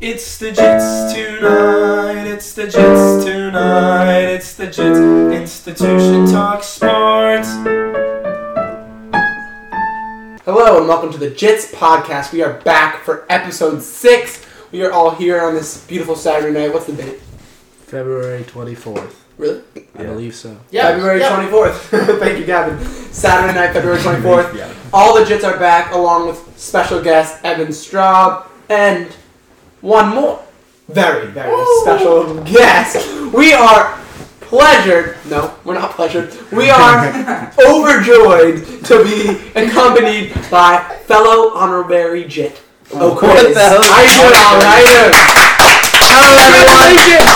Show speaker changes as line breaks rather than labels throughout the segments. It's the Jits tonight, it's the Jits tonight, it's the Jits Institution Talk Sports.
Hello and welcome to the Jits podcast. We are back for episode six. We are all here on this beautiful Saturday night. What's the date?
February 24th.
Really?
I believe so.
February twenty fourth. Thank you, Gavin. Saturday night, February twenty fourth.
Yeah.
All the Jits are back, along with special guest Evan Straub and one more very very special guest. We are pleasured. No, we're not pleasured. We are overjoyed to be accompanied by fellow honorary Jit. Of course. How you doing, Alan? How you doing? Congratulations!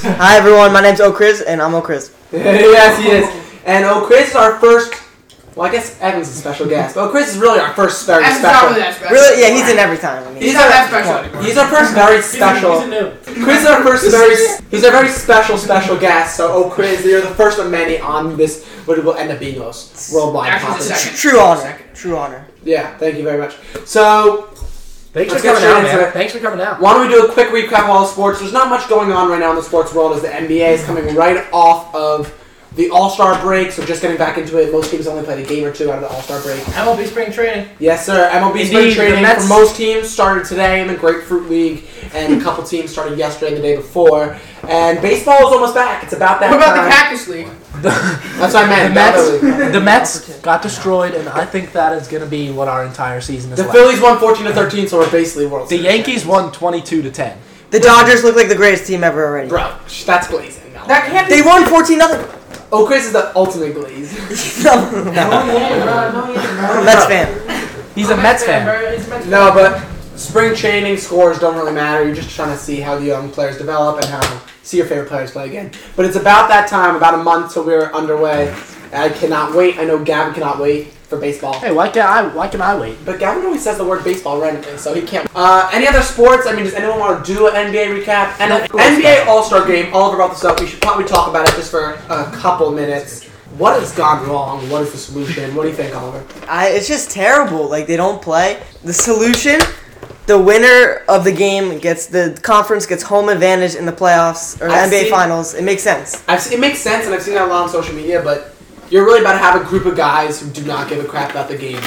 Congratulations!
Hi everyone, my name's O'Chris and I'm O'Chris.
yes, he is. And oh, Chris is our first. Well, I guess Evan's a special guest, but oh, Chris is really our first very
That's not
special.
really that special.
Really? Yeah, he's in every time. I mean.
He's not that special anymore.
He's our first very special. Chris is our first very. He's our very special special guest. So, oh, Chris, you're the first of many on this, what will end up being most worldwide
Actually, it's the
conference.
second.
True honor.
Second.
True honor.
Yeah, thank you very much. So,
Thanks
Let's
for coming
get
out,
straight into
man.
it.
Thanks for coming out.
Why don't we do a quick recap of all the sports? There's not much going on right now in the sports world as the NBA is coming right off of the All Star break, so just getting back into it. Most teams only played a game or two out of the All Star break.
MLB spring training.
Yes, sir. MLB spring
Indeed,
training
the Mets-
for most teams started today in the Grapefruit League, and a couple teams started yesterday and the day before. And baseball is almost back. It's about that
What about the
time.
Cactus League?
That's what I meant.
The
about the league.
Mets, the Mets got destroyed, and I think that is going to be what our entire season is
The
like.
Phillies won 14 to 13, so we're basically World
the
Series.
Yankees won 22 to 10.
The Dodgers look like the greatest team ever already.
Bro, sh- that's glazing. No.
That can't
They
be.
won 14 nothing.
Oh, Chris is the ultimate glaze.
no. Mets fan.
He's a Mets fan.
No, but spring training scores don't really matter. You're just trying to see how the young players develop and how see your favorite players play again. But it's about that time, about a month till we're underway. I cannot wait. I know Gavin cannot wait for baseball.
Hey, why can't I? Why can I wait?
But Gavin always says the word baseball randomly, so he can't. Uh, any other sports? I mean, does anyone want to do an NBA recap? And an NBA All Star Game. Oliver brought this up. We should probably talk about it just for a couple minutes. What has gone wrong? What is the solution? What do you think, Oliver?
I, it's just terrible. Like they don't play. The solution, the winner of the game gets the conference gets home advantage in the playoffs or the
I've
NBA
seen-
finals. It makes sense.
I've seen, it makes sense, and I've seen that a lot on social media. But you're really about to have a group of guys who do not give a crap about the game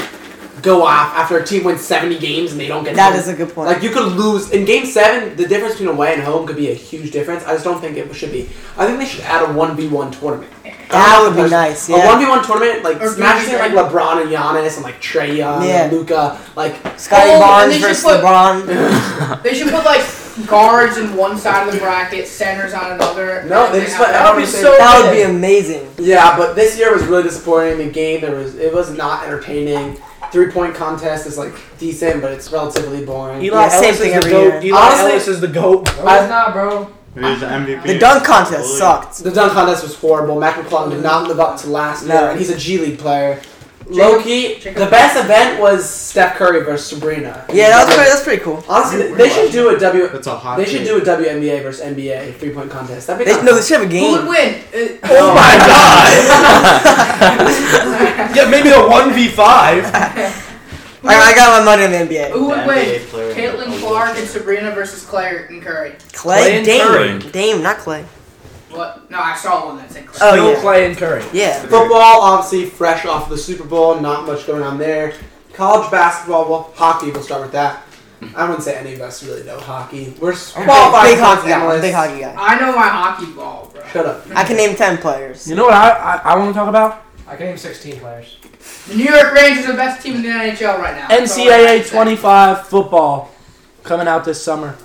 go off after a team wins 70 games and they don't get.
That
home.
is a good point.
Like you could lose in Game Seven. The difference between away and home could be a huge difference. I just don't think it should be. I think they should add a one v one tournament.
That would be nice,
A
yeah.
one v one tournament, like
Or
smashing
maybe-
like LeBron and Giannis and like Trey Young
Yeah.
and Luca, like
Scotty
Oh, and
Barnes
they should
versus
put-
LeBron.
They should put like guards in one side of the bracket, centers on another.
No,
and
they
then
just
have-
put
That would be
everything-
so.
That would be
good.
amazing.
Yeah, but this year was really disappointing. The game there was it was not entertaining. Three point contest is like decent, but it's relatively boring.
Eli Yeah, same Ellis is thing the every goat.
Eli Honestly- Ellis
is the goat.
Why not, bro?
It was the MVP.
The dunk
Oh,
contest sucked.
The dunk contest was horrible. Mac McClung did not live up to last
No.
year, and he's a G League player. Low key,
Jacob-
the best event was Steph Curry versus Sabrina.
Yeah, that was pretty, that's pretty cool.
honestly they should do a W.
That's a hot.
They should do
take.
a WNBA versus NBA three point contest. That'd be
They, no, they should have a
Who would
game.
win? Uh,
Oh
my
Who
yeah, maybe a one v five.
I, I got my money on the NBA.
would
The
win?
NBA player in the
Caitlin Clark and Sabrina versus Claire and Curry.
Clay
Clay,
and
Dame,
Curry.
Dame, not Clay.
What? No, I saw one that said Claire.
Oh,
Still
yeah.
playing Curry.
Yeah.
Football, obviously, fresh off the Super Bowl, not much going on there. College basketball, well, hockey, we'll start with that. I wouldn't say any of us really know hockey. We're qualified
Big, big
sports
hockey guy.
analysts.
Big hockey guy.
I know my hockey ball, bro.
Shut up.
I can name ten players.
You know what I I, I want to talk about?
I can name 16 players.
The New York Rangers are the best team in the NHL right now. That's all I have
NCAA
to say.
25 football coming out this summer.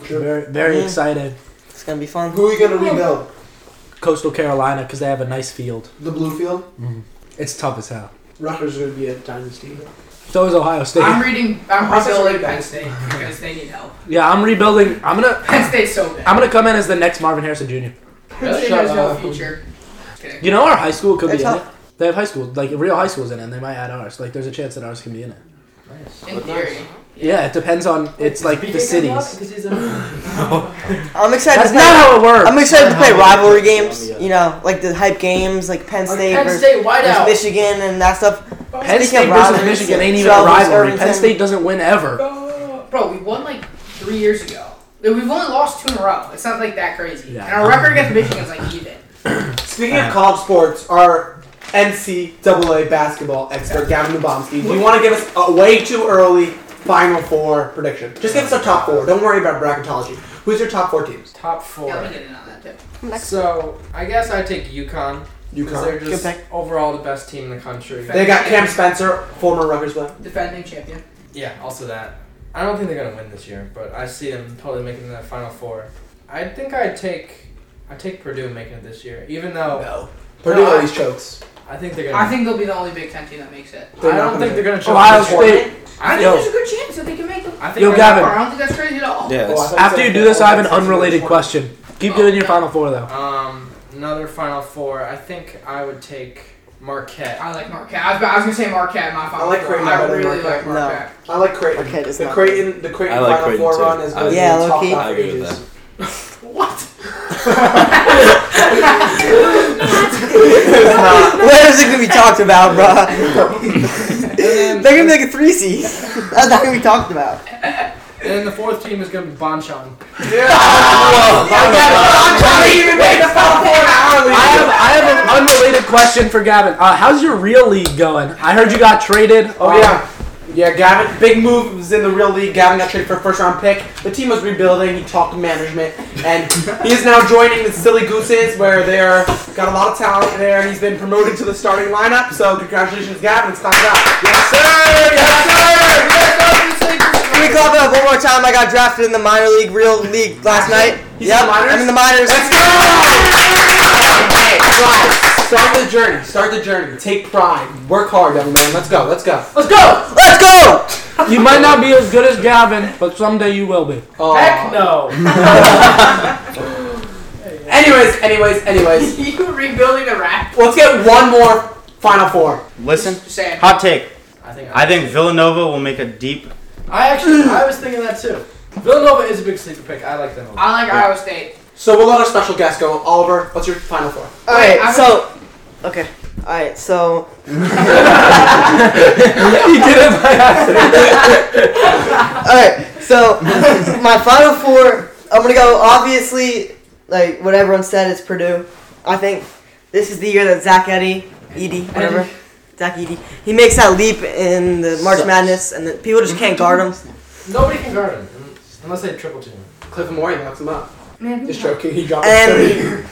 Very, very
Mhm.
excited.
It's gonna be fun.
Who are we going to rebuild?
Coastal Carolina because they have a nice field.
The Bluefield?
It's tough as hell.
Rutgers are going to be a dynasty.
So is Ohio State.
I'm reading. I'm
Process
rebuilding
rate
Penn
guys.
State because they need help.
yeah, I'm rebuilding. I'm gonna
Penn State's so bad.
I'm gonna come in as the next Marvin Harrison Jr.
Penn State
Shut
has no
up.
future. Just kidding.
You know our high school could
They're
be in it.
tough.
They have high school, like real high schools in it, and they might add ours. Like there's a chance that ours can be in it.
In theory.
Yeah, it depends on it's like the cities.
I'm excited.
That's
To
not
play,
how it works.
I'm excited to play
how it
rivalry
works.
games. You know, like the hype games, like Penn State
Penn
versus,
State
versus
whiteout.
Michigan and that stuff.
Penn
Speaking
State
of
versus
rivalries,
Michigan ain't even a
Charlotte versus
rivalry. Penn
Irvington.
State doesn't win ever.
Bro, we won like three three years ago. We've only lost two in a row. It's not like that crazy.
Yeah.
and our record against Michigan's like even.
Speaking
Uh-huh.
of college sports, our NCAA basketball expert Gavin Lubomsky, do you want to give us a way too early Final Four prediction? Just give us our top four. Don't worry about bracketology. Who's your top four teams?
Top
Yeah, let
four.
me get in on that too.
So I guess I take UConn because
UConn.
they're just
Good
overall the best team in the country.
They got Cam Spencer, former Rutgers player.
Defending champion.
Yeah, also that. I don't think they're gonna win this year, but I see them probably making the final four. I think I take I take Purdue making it this year, even though
No. Oh. Purdue
No, I-
always chokes.
I think they're gonna.
I think they'll be the only Big Ten team that makes it.
They're
I
not
don't
gonna
think they're gonna. choke
Ohio
this year.
State.
I think
Yo.
there's a good chance that they can make it.
I think
Yo,
they're
I
Gavin.
don't think that's crazy at all.
Oh, I
Yeah.
thought you
After
said
you do this,
Ohio
I have an
State's gonna be
unrelated
four.
question. Keep doing your final four though.
Um, another Final Four. I think I would take Marquette.
I like Marquette. I was, I was gonna say Marquette in my final.
like
four.
Creighton
I
better than
really
Marquette.
No.
like Marquette.
I like Creighton.
Okay, it's
the
not-
Creighton, the Creighton
I like
Final
Creighton
Four
too.
run is
I-
going to
Yeah,
be in the top
low-key.
five
I agree with
ages.
that.
It's not.
Where is it gonna be talked about, bro?
And then,
They're gonna make a three seed. That's not gonna be talked about.
and then the fourth team is gonna be Bonchon.
I have, I have an unrelated question for Gavin. Uh, how's your real league going? I heard you got traded.
Oh yeah, yeah. Gavin, big moves in the real league. Gavin got traded for a first round pick. The team was rebuilding. He talked management, and he is now joining the Silly Gooses, where they are got a lot of talent there. He's been promoted to the starting lineup. So congratulations, Gavin. It's time out.
Yes, sir.
Can we clap it up one more time? I got drafted in the minor league, real league last night.
He's
yep,
in the minors?
I'm in the minors.
Let's go! Hey, guys, start the journey. Start the journey. Take pride. Work hard, young man. Let's go. Let's go.
Let's go.
Let's go!
You might not be as good as Gavin, but someday you will be.
Oh.
Heck no.
Anyways, anyways, anyways.
you rebuilding the rap?
Let's get one more Final Four.
Listen,
Just saying.
hot take.
I think.
I think Villanova will make a deep.
I actually. I was thinking that too. Villanova is a big sleeper pick. I like them. a lot.
I like Iowa State.
So we'll let our special guest go. Oliver, what's your Final Four?
Alright,
I'm-
so. Okay. Alright, so.
he did it by accident.
Alright, so. my final four. I'm gonna go, obviously, like what everyone said is Purdue. I think this is the year that Zach Eddy, Edie, whatever. Zach Edie. He makes that leap in the March
Sucks.
Madness, and the, people just can't guard him.
Nobody can guard him un- unless they triple team. him.
Cliff Morgan knocks him up.
Man,
Just joking. He dropped
And-
it.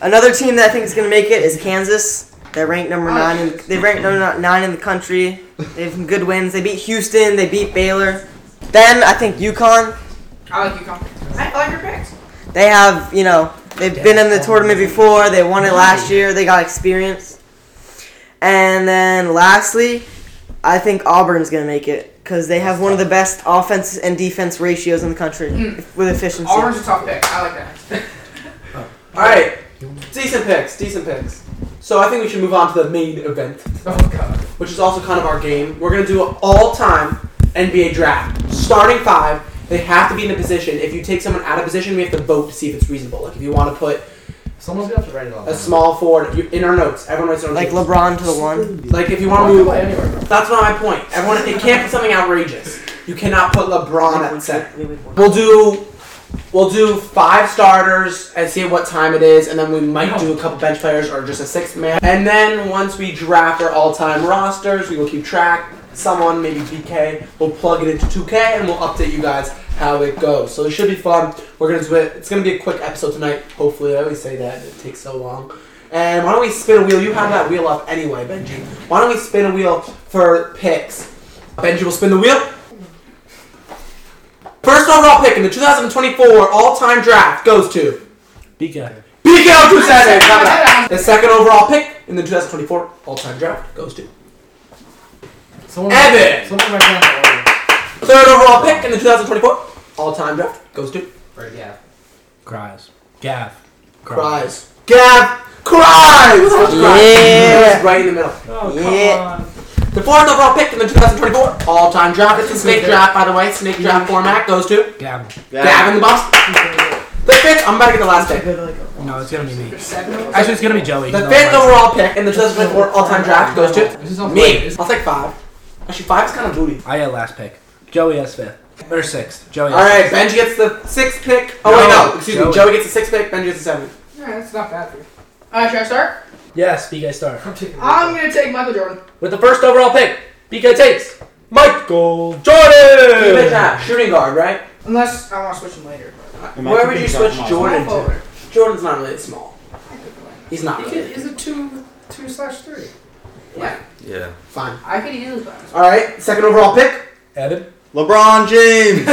Another team that I think is going to make it is Kansas. They're ranked number
Oh,
nine. In,
Jesus.
they ranked number nine in the country. They have some good wins. They beat Houston. They beat Baylor. Then I think UConn.
I like you, Con. I like your picks.
They have you know they've been in the tournament before. They won it last year. They got experience. And then lastly, I think Auburn's going to make it because they have one of the best offense and defense ratios in the country with efficiency.
Hmm. Auburn's a tough pick. I like that.
All right, decent picks. Decent picks. So I think we should move on to the main event,
Oh god.
which is also kind of our game. We're gonna do an all-time NBA draft, starting five. They have to be in the position. If you take someone out of position, we have to vote to see if it's reasonable. Like if you want to put
Someone's gonna have to write it all.
a small forward you, in our notes, everyone writes their own.
Like
teams.
LeBron to the one.
like if you
Why
want to
would you
move
play anywhere, bro?
That's not my point. Everyone, it can't be something outrageous. You cannot put LeBron at center.
We would win.
We'll do, we'll do five starters and see what time it is, and then we might do a couple bench players or just a sixth man. And then once we draft our all-time rosters, we will keep track. Someone, maybe BK, will plug it into 2K, and we'll update you guys how it goes. So it should be fun. We're gonna do it. It's gonna be a quick episode tonight. Hopefully, I always say that it takes so long. And why don't we spin a wheel? You have that wheel up anyway, Benji. Why don't we spin a wheel for picks? Benji will spin the wheel. First overall pick in the 2024 all-time draft goes to
BK.
BK 277. The second overall pick in the 2024 all-time draft goes to
Someone
Evan.
Someone write down the
third overall pick in the 2024 all-time draft goes to
order. Or, yeah.
Cries. Gav.
Cries. Gav Cries. That was Cries.
Yeah.
That was right in the middle.
Oh,
come Yeah.
on.
The fourth overall pick in the 2024 all-time draft. It's a snake draft, by the way. Snake draft format goes to
Gavin.
Gavin the boss. The fifth. I'm about to get the last pick.
No, it's gonna be me.
Seven.
Actually, it's gonna be Joey.
The
No,
fifth
my-
overall pick in the 2024 all-time draft goes to
This is not
me. I'll take five. Actually, five is kind of booty.
I had last pick. Joey has fifth. They're sixth. Joey.
All right, Benji gets the sixth pick. Oh wait,
No,
no, excuse
Joey.
me. Joey gets the sixth pick. Benji gets the seventh.
Alright, that's not bad for you. Alright, should I start?
Yes, BK Star.
I'm taking
I'm gonna take Michael Jordan.
With the first overall pick, BK takes Michael
You mentioned
Jordan.
that shooting guard, right?
Unless I wanna switch him later.
Am I
Where would
thinking
you
about
switch
Miles?
Jordan
Small
to?
forward.
Jordan's not really small.
I could play.
He's not.
He
Really.
could, he's a two, two slash three.
Yeah,
Yeah.
Fine.
I could easily play. him.
All right, second overall pick.
Evan.
LeBron James.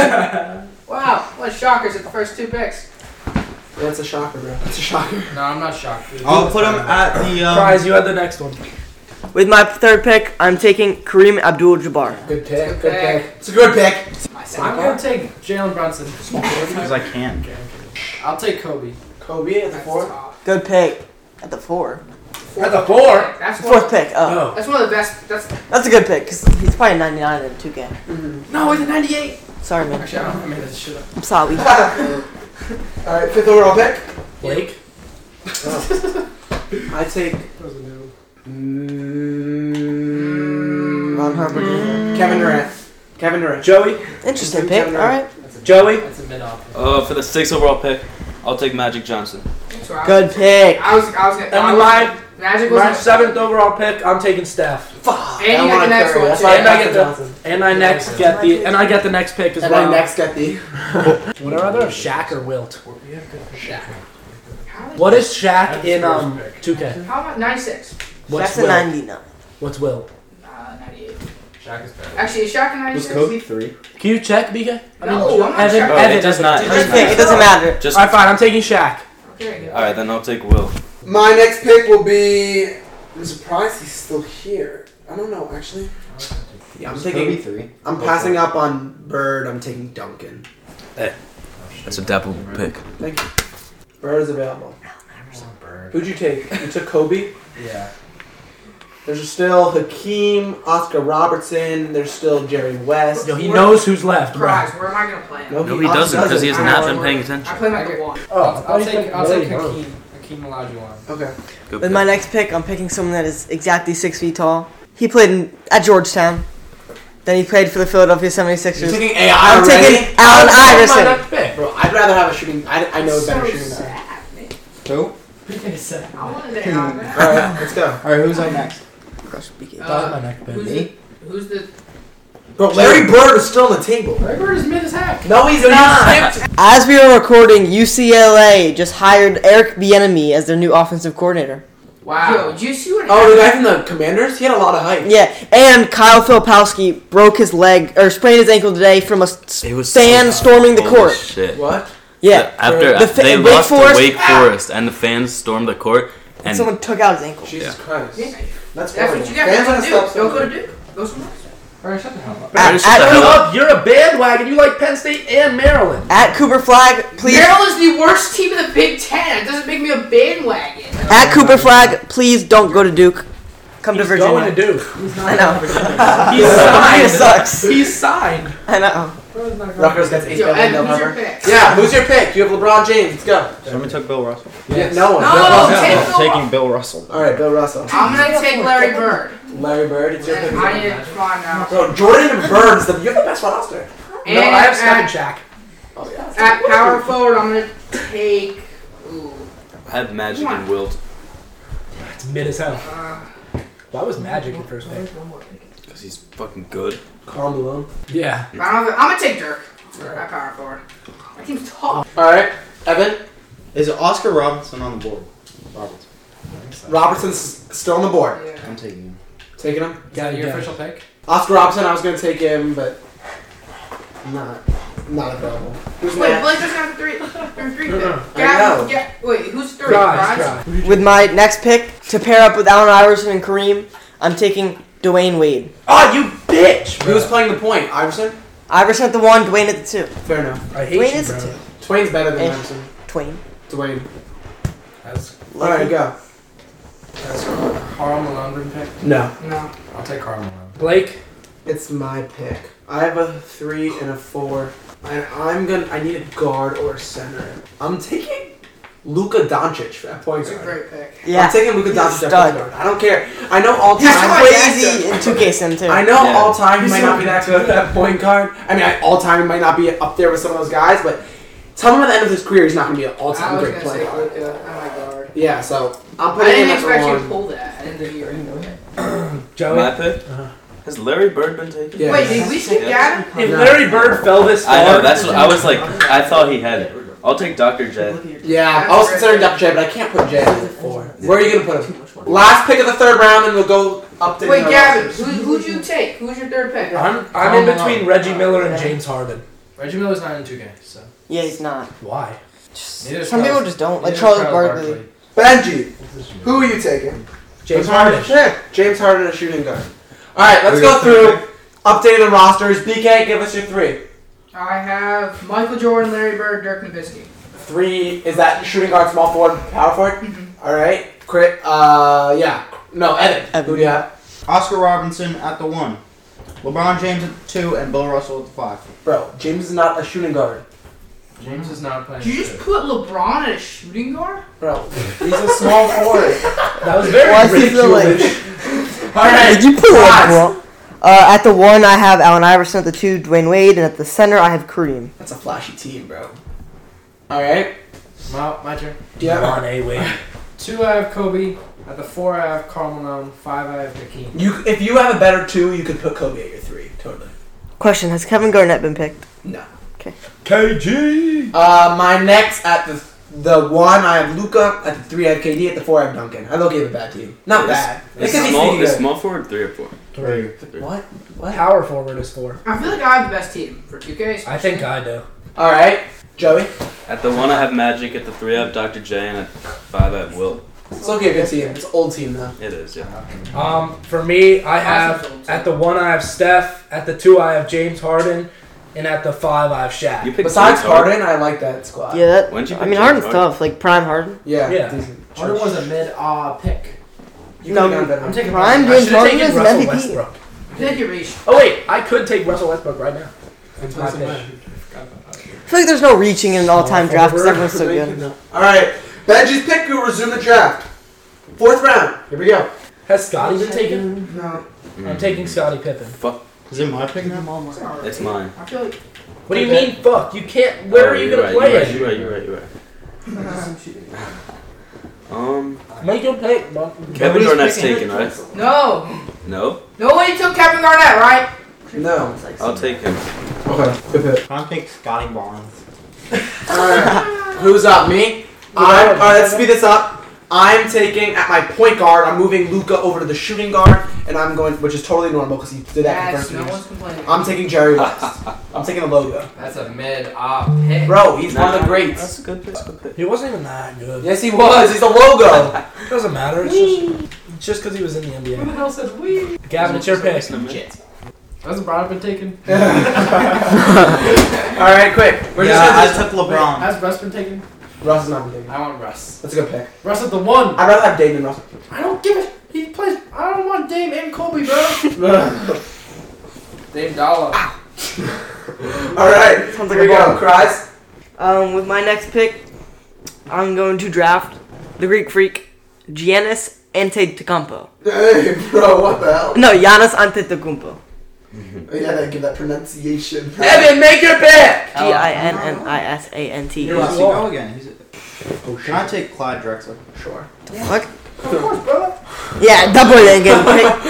Wow, what shockers at the first two picks.
That's a shocker, bro. That's a shocker.
No, I'm not shocked. dude.
I'll put him at the. Um,
Prize, Oh, you had the next one.
With my third pick, I'm taking Kareem Abdul-Jabbar.
Good pick.
Good pick.
It's a good pick.
My
I'm
second
gonna
one.
take Jalen Brunson.
Because I can.
I'll take Kobe.
Kobe at the
That's
four.
top.
Good pick. At the four.
At the four.
That's one.
Fourth pick. Oh.
Oh.
That's one of the best. That's
That's a good pick, because he's probably 99 in 2K.
No, he's a 98.
Sorry, man.
Actually, I don't. I made that shit up.
I'm sorry.
All right, fifth overall pick.
Blake.
I take
Ron Harper.
Mm. Kevin Durant. Kevin Durant.
Joey.
Interesting pick. All right.
That's a
Joey?
That's a mid offer.
Uh, for the sixth overall pick, I'll take Magic Johnson.
that's where I was-
Good pick.
I was, I was gonna.
And
I
we
was-
lied.
Magic was
My seventh overall pick. I'm taking Steph.
Fuck.
And you
I
get
wanted
the next
Curry.
one,
That's
too.
why I
And I
got
get
the
the-
Johnson.
And I next get the and I get the next pick as
And
well.
I next got the.
What are other Shaq or Wilt?
We have good
How did-
What is Shaq in
That's
um
first pick.
2K?
How about 96?
What's
That's a
Wilt?
99.
What's Wilt?
Uh, 98.
Shaq is better.
Actually, is Shaq a 96?
Was Kobe three?
Can you check, BK? I mean,
No, I'm not
Evan,
checking.
Oh,
Evan
it does not. It
First
does
pick. It
not.
doesn't matter.
Just.
All right,
All
fine. I'm taking Shaq.
Okay, yeah.
right, then I'll take Will.
My next pick will be. I'm surprised he's still here. I don't know, actually. Yeah, I'm taking.
three.
I'm passing up on Bird. I'm taking Duncan.
That's a dapple pick.
Thank you. Bird is available.
Bird.
Who'd you take? You took Kobe.
Yeah.
There's still Hakeem, Oscar Robertson. There's still Jerry West.
Yo, he knows who's left, bro.
Prize, where am I going to play him?
No, he doesn't because he has
doesn't.
not been paying attention.
I play him at the one.
Oh,
I'll, I'll take. I'll take Hakeem. Hakeem Olajuwon.
Okay.
Good
With
pick.
my next pick, I'm picking someone that is exactly six feet tall. He played in, at Georgetown. Then he played for the Philadelphia 76ers.
You're taking AI
I'm
already?
taking Allen
That's my
Iverson.
next pick, bro. I'd rather have a shooting. I, I know a better shooting guard.
sad, man.
Who?
I wanted to have that.
All right, let's go.
All right, who's on next?
Gosh, BK.
That's
Uh,
my next pick.
who's, the, who's the.
Bro, Larry Bird is still on the table.
Larry Bird is mid as heck.
No, he's not.
As we were recording, UCLA just hired Eric Bieniemy as their new offensive coordinator.
Yo,
Wow.
did you see what
Oh, the guy from the Commanders. He had a lot of hype.
Yeah, and Kyle Filipowski broke his leg or sprained his ankle today from a s-
It was so
fan
bad.
storming the
Holy
court.
Shit.
What?
Yeah,
After
The fa-
they
Wake
lost
Forest-
to Wake Forest and the fans stormed the court
and
and
someone took out his ankle.
Jesus
Yeah.
Christ.
Yeah,
That's,
That's
horrible.
what you guys
Fans
gotta
wanna
do.
stop
Don't go
somewhere.
to Duke. Go somewhere else.
Alright, shut the hell up.
At,
Finish the
at,
hell
Cooper,
up.
You're a bandwagon. You like Penn State and Maryland.
at Cooper Flag, please.
Maryland's the worst team in the Big Ten. It doesn't make me a bandwagon.
At Cooper Flag, please don't go to Duke. Come to
He's
Virginia.
going to Duke.
I know.
He's
Virginia
signed.
sucks.
He's signed.
I know.
Bro's not going.
Rutgers gets eight
Yo,
billion
Ed, who's your
November.
pick?
Yeah, who's your pick? You have LeBron James. Let's go.
Someone took Bill Russell.
Yeah, no one.
No,
Bill Russell.
take-
Yeah, taking Bill Russell.
All right, Bill Russell.
I'm gonna take Larry Bird.
Larry Bird. It's your
And
pick.
I need to come on now.
Bro, Jordan and Bird is the you're the best roster.
And
No, I have seven
at,
Shaq.
Oh yeah.
at power forward, I'm gonna take. Ooh,
I have Magic
Come on.
and Wilt
It's mid as hell.
uh,
Why was Magic your first pick?
because he's fucking good.
Carl Malone.
Yeah.
I don't know if- I'm gonna take Dirk. At power forward. That team's tough.
All right, Evan.
Is Oscar Robinson on the board? Robinson.
Robertson's still on the board.
Yeah.
I'm taking him.
Taking him.
Got
Your
it.
official pick?
Oscar Robertson. I was gonna take him, but not not available. Who's
Wait,
my?
Blake doesn't have three. There are three
Uh-uh.
picks.
I know.
Gavin, yeah, wait, who's three?
Guys,
Guys,
guys.
With my next pick to pair up with Allen Iverson and Kareem, I'm taking Dwayne Wade.
Oh, you bitch.
Who's playing the point? Iverson.
Iverson at the one, Dwayne at the two.
Fair enough.
I hate
Dwayne
you,
is a
bro.
two.
Twain's better than
Eh.
Iverson.
Dwayne.
Dwayne.
That's
All right, go.
that's Carl Malone pick.
No,
No.
I'll take Carl Malone.
Blake.
it's my pick. I have a three and a four, and I'm gonna. I need a guard or a center. I'm taking Luka Doncic at point
It's a
guard.
great pick.
Yeah.
I'm taking Luka
He's a
Doncic at
stud.
point guard. I don't care. I know all
He's
time.
crazy in 2K Sim too.
I know
Yeah.
all time he
He's
might
so
not be that good at that point guard. I mean, I, all time he might not be up there with some of those guys, but tell him at the end of his career he's not going to be an all
I
time
was
great
gonna
player.
say Luca. Oh my god.
Yeah, so I'm
I
putting him
didn't
at
expect you
number
to
one.
pull that at the end of the year.
My
Joey.
pick? Has Larry Bird been taken?
Yeah.
Wait, did we skip Gavin?
If Larry Bird fell this far,
I know. That's what I was like. I thought he had it. I'll take Dr. J.
Yeah, I was considering Dr. J, but I can't put J at number four. Where are you going to put him?
Wait,
Last pick of the third round, and we'll go up to.
Wait,
the-
Gavin, who, who'd you take? Who's your third pick?
I'm,
I'm in between
alone.
Reggie Miller and James Harden.
Reggie Miller's not in 2K, so.
yeah, he's not.
Why?
Neither is
Some people
Charles-
just don't. Like
neither is
Charles
Charles
Barkley.
Benji, who are you taking?
James Harden.
Yeah, James Harden, a shooting guard. All right, let's
We
go
got
through updating the rosters. BK, give us your three.
I have Michael Jordan, Larry Bird, Dirk Nowitzki.
Three is that shooting guard, small forward, power forward.
Mhm.
All right, crit. Uh, yeah, no, Evan.
Evan.
Who do you have?
Oscar Robinson at the one, LeBron James at the two, and Bill Russell at the five.
Bro, James is not a shooting guard.
James is not playing.
Did you just put LeBron at a shooting guard?
Bro, he's a small forward.
That was very
Why is he
Reggie
feel like-
Jewish.
All right,
Did you pull
Last.
up, bro? Uh, at the one, I have Allen Iverson. At the two, Dwayne Wade, and at the center, I have Kareem.
That's a flashy team, bro. All right.
My, my turn.
Yeah.
Devon A. Wade.
Two, I have Kobe. At the four, I have Karl Malone. Five, I have Hakeem.
You, if you have a better two, you could put Kobe at your three. Totally.
Question: Has Kevin Garnett been picked?
KG.
Uh, my next at the the one I have Luca at the three I have KD at the four I have Duncan. I don't give it back to you. Not
It's-
bad. It
Is
could be
small,
sneaky
is
good.
small forward three or four?
Three.
What? What?
Power forward is four.
I feel like I have the best team for 2K.
I think I do.
All right, Joey.
At the one, I have Magic. At the three, I have Dr. J. And at five, I have Will.
It's okay, good team. It's old team though.
It is, yeah.
Um, for me, I have at the one I have Steph, at the two I have James Harden, and at the five I have
You
Shaq.
picked
Besides
James Harden?
Harden, I like that squad.
Yeah, that,
When'd you
I
pick
mean
James
Harden's
Harden?
tough, like prime Harden.
Yeah.
Yeah.
decent.
Harden was a mid uh, pick.
You
No,
could've done better.
I'm taking
Prime
Harden.
I
James
should've
Harden
taken
is an
Russell
MVP.
Westbrook.
I think you're reached.
Oh wait, I could take Russell Westbrook right now. That's my pick.
I feel like there's no reaching in an all-time
Small
draft because
forward.
everyone's so good.
All right, Benji's pick. We'll resume the draft. Fourth round. Here we go.
Has Scotty been taken?
No.
Mm.
I'm taking Scotty Pippen.
Is it my pick now?
It's all right.
It's mine.
I feel like.
What do you mean? Fuck! You can't. Where
Oh,
are you
you're
gonna
right,
play it?
You're right, you're right, you're right, you're right. Um,
Make your pick, bro.
Kevin Garnett's taken, right?
No.
No?
Nobody took Kevin Garnett, right?
No.
I'll take him.
Okay. Good pick.
I'm taking Scotty Barnes.
All right. Who's up? Me. I'm, all right. Let's speed this up. I'm taking at my point guard. I'm moving Luca over to the shooting guard, and I'm going, which is totally normal because he did that
Yes,
for
no
the first
one's complaining.
I'm taking Jerry West. I'm taking a logo.
That's a mid uh, pick.
Bro, he's one of the
Nah,
greats.
That's a good pick. That's a good pick.
He wasn't even that good.
Yes, he was. He's the logo.
It doesn't matter. It's just it's just because he was in the NBA.
Who the hell said we?
Gavin, it's your pick.
Hasn't Brown been taken?
All right, quick. We're
yeah, I
just gonna
took LeBron.
Has Russ been taken?
do- Russ is not taking.
I want Russ.
That's a good pick.
Russ at the one.
I'd rather have Dame than Russ.
I don't give it. He plays. I don't want Dame and Kobe, bro. Dame Dollar.
All right,
Sounds like
here
a
we go.
bomb.
Cries.
Um, with my next pick, I'm going to draft the Greek Freak, Giannis Antetokounmpo.
Hey, bro, what the hell? Oh,
No, Giannis Antetokounmpo.
Yeah, gotta give that pronunciation.
Evan, make your pick.
G I N N I S A N T.
Here,
E.
let go again. He's
Oh,
Can I take Clyde Drexler?
Sure.
Fuck.
Of course, brother.
Yeah, that boy didn't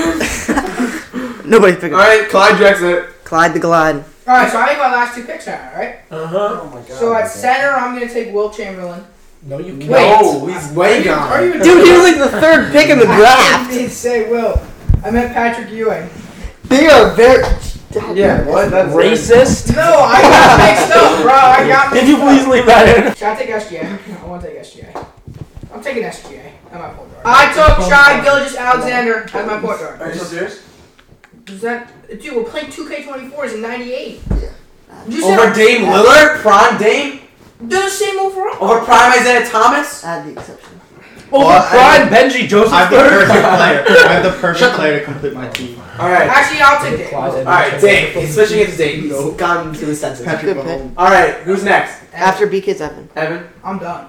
get picked. Nobody
All
picked. him.
right, Clyde Drexler.
Clyde the Glide.
Alright, so I make my last two picks now, alright?
Uh huh.
Oh my god.
So at center, I'm going to take Will Chamberlain.
No, you can't.
no, he's way
Are
gone.
you
Dude, he was like the third pick in the
I
draft.
didn't say Will. I meant Patrick Ewing.
They are very.
Yeah, what? That's
Racist.
No, I got mixed up, bro. I got mixed
Did you
up.
please leave that in?
Should I take SGA? I want to take SGA. I'm taking SGA. I'm my point guard. I took Shy Gilgis Alexander as my point guard.
Are you serious?
Is that dude? We're playing 2K24s in '98. Yeah. You
Over
said
Dame Lillard, prime Dame,
they're the same overall.
over prime Isaiah Thomas.
Add the exception.
Well,
Well,
prime Benji Joseph
I have the
third.
perfect player. I have the perfect player to complete my team.
All right,
Actually, I'll take it.
All
all right, Dame. He's switching it to Dame. He's gone to his senses.
Patrick
Good pick.
Mahomes.
All right, who's next?
After BK's Evan.
Evan.
I'm done.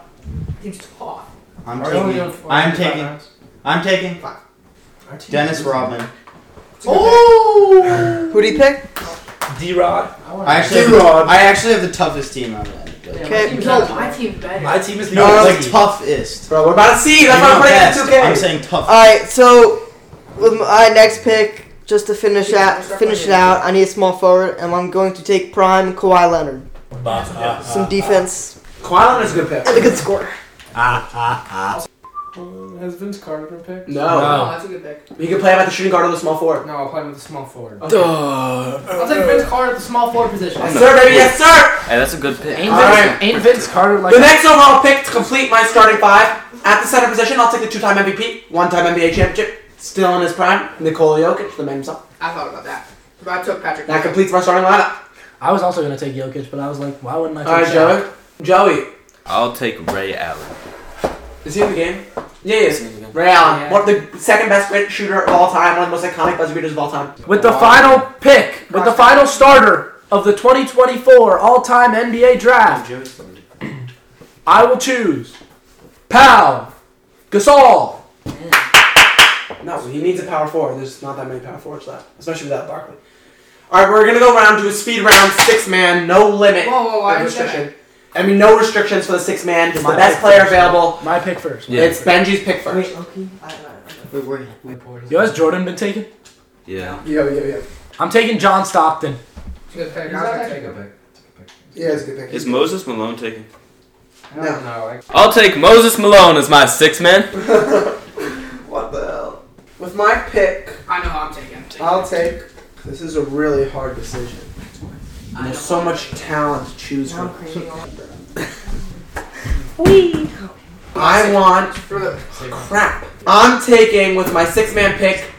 team's top.
I'm
Are we only doing
taking.
four-
I'm
five
taking.
rounds?
I'm taking
Our team
Dennis
is-
Rodman.
Oh!
Who do you pick?
D Rod.
I wanna-
I actually, have,
D-Rod.
I actually have the toughest team on that. but-
Yeah,
Okay.
my team's
No,
not-
my team's better.
My team is the
No,
only
like
team.
toughest.
Bro, what about a C? That's
Maybe
why
not
I'm
best,
putting it in
I'm
2K.
saying tough.
All right, so with my next pick, just to finish out, finish it out, I need a small forward, and I'm going to take prime Kawhi Leonard. Some defense
Quilin is a good pick.
and a Uh, good score.
Uh, Has Vince Carter been picked?
No.
Oh, that's a good pick.
You can play him at the shooting guard or the small forward.
No, I'll play him with the small forward.
Duh.
I'll take Vince Carter at the small forward position.
Yes, sir, baby, yes, sir!
Hey, that's a good pick.
All right.
Ain't Vince Carter like
The next overall pick to complete my starting five. At the center position, I'll take the two-time MVP, one-time NBA championship, still in his prime, Nikola Jokic, the man himself.
I thought about that. But I took Patrick.
That completes my starting lineup.
I was also gonna take Jokic, but I was like, why wouldn't I?
All right,
Take Shaq?
Joey. Joey,
I'll take Ray Allen.
is he in the game? Yeah, he is. Ray Allen,
Yeah.
one of the second best great shooter of all time, one of the most iconic buzzer beaters of all time.
With the final pick, with the final starter of the 2024 all-time NBA draft, I will choose Powell, Gasol,
No, he needs a power forward. There's not that many power forwards left, especially without Barkley. All right, we're gonna go round to a speed round, six man, no limit,
Whoa, whoa, whoa! I
no
understand
restriction. I mean, no restrictions for the six man. Just the
My
best
pick
player
first.
available.
My pick first.
Yeah.
It's Benji's pick first.
okay. I,
Yo, has Jordan been taken?
Yeah.
Yo, yo, yo.
I'm taking John Stockton.
Good pick. I
He's not
was
actually
like,
a good
yeah, it's a good pick.
Is Moses Malone taken?
pick. I don't know. Like,
I'll take Moses Malone as my six man.
What the hell? With my pick,
I know how I'm taking.
I'll take. This is a really hard decision.
I know
There's so much talent to choose
I'm
from.
crazy.
I want
For the
crap. I'm taking with my six man pick,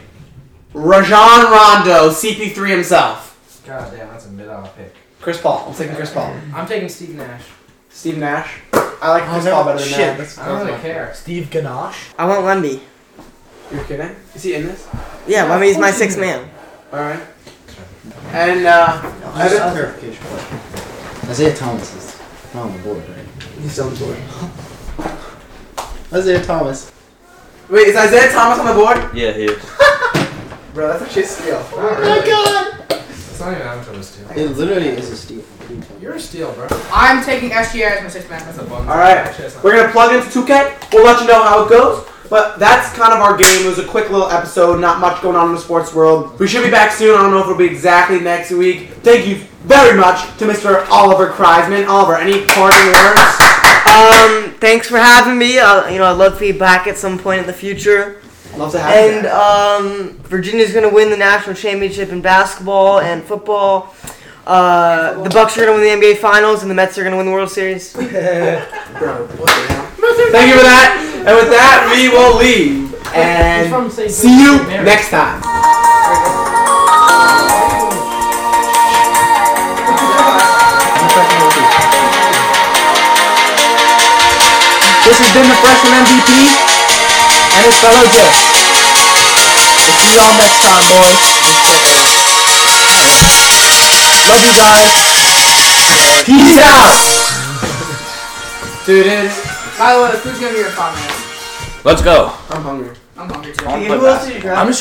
Rajon Rondo, CP3 himself.
God damn, that's a mid-hour pick.
Chris Paul. I'm taking Chris Paul.
I'm taking Steve Nash.
Steve Nash. I like Chris Paul better than
shit.
Nash.
I don't really
That's
care.
Steve Ganache.
I want Wemby.
You're kidding? Is he in this?
Yeah, Wemby's my sixth man.
All right. And uh,
Just a clarification. Isaiah Thomas is not on the board, right?
he's on the board.
Isaiah Thomas.
Wait, is Isaiah Thomas on the board?
Yeah, he is.
Bro, that's actually a steal.
Not really.
god!
It's not even out of a steal.
It literally is a steal.
You're a steal, bro.
I'm taking SGA as my sixth
That's
man.
a bum.
All right.
Actually, that's not-
We're gonna plug into 2K. We'll let you know how it goes. But that's kind of our game. It was a quick little episode. Not much going on in the sports world. We should be back soon. I don't know if it'll be exactly next week. Thank you very much to Mr. Oliver Kreisman. Oliver, any parting words?
Um, thanks for having me. Uh, you know, I'd love to be back at some point in the future.
Love to have you.
And
back.
um, Virginia's gonna win the national championship in basketball and football. Uh, the Bucks are gonna win the NBA Finals, and the Mets are gonna win the World Series.
Bro, what the hell? Thank you for that. And with that, we will leave. And see you next time. This has been the freshman MVP and his fellow guests. We'll see y'all next time, boys. Love you guys. Peace out. Dude, it is.
By the way, who's gonna be your five man?
Let's go.
I'm hungry.
I'm hungry too.
I wanna play
Who else did you grab?
I'm just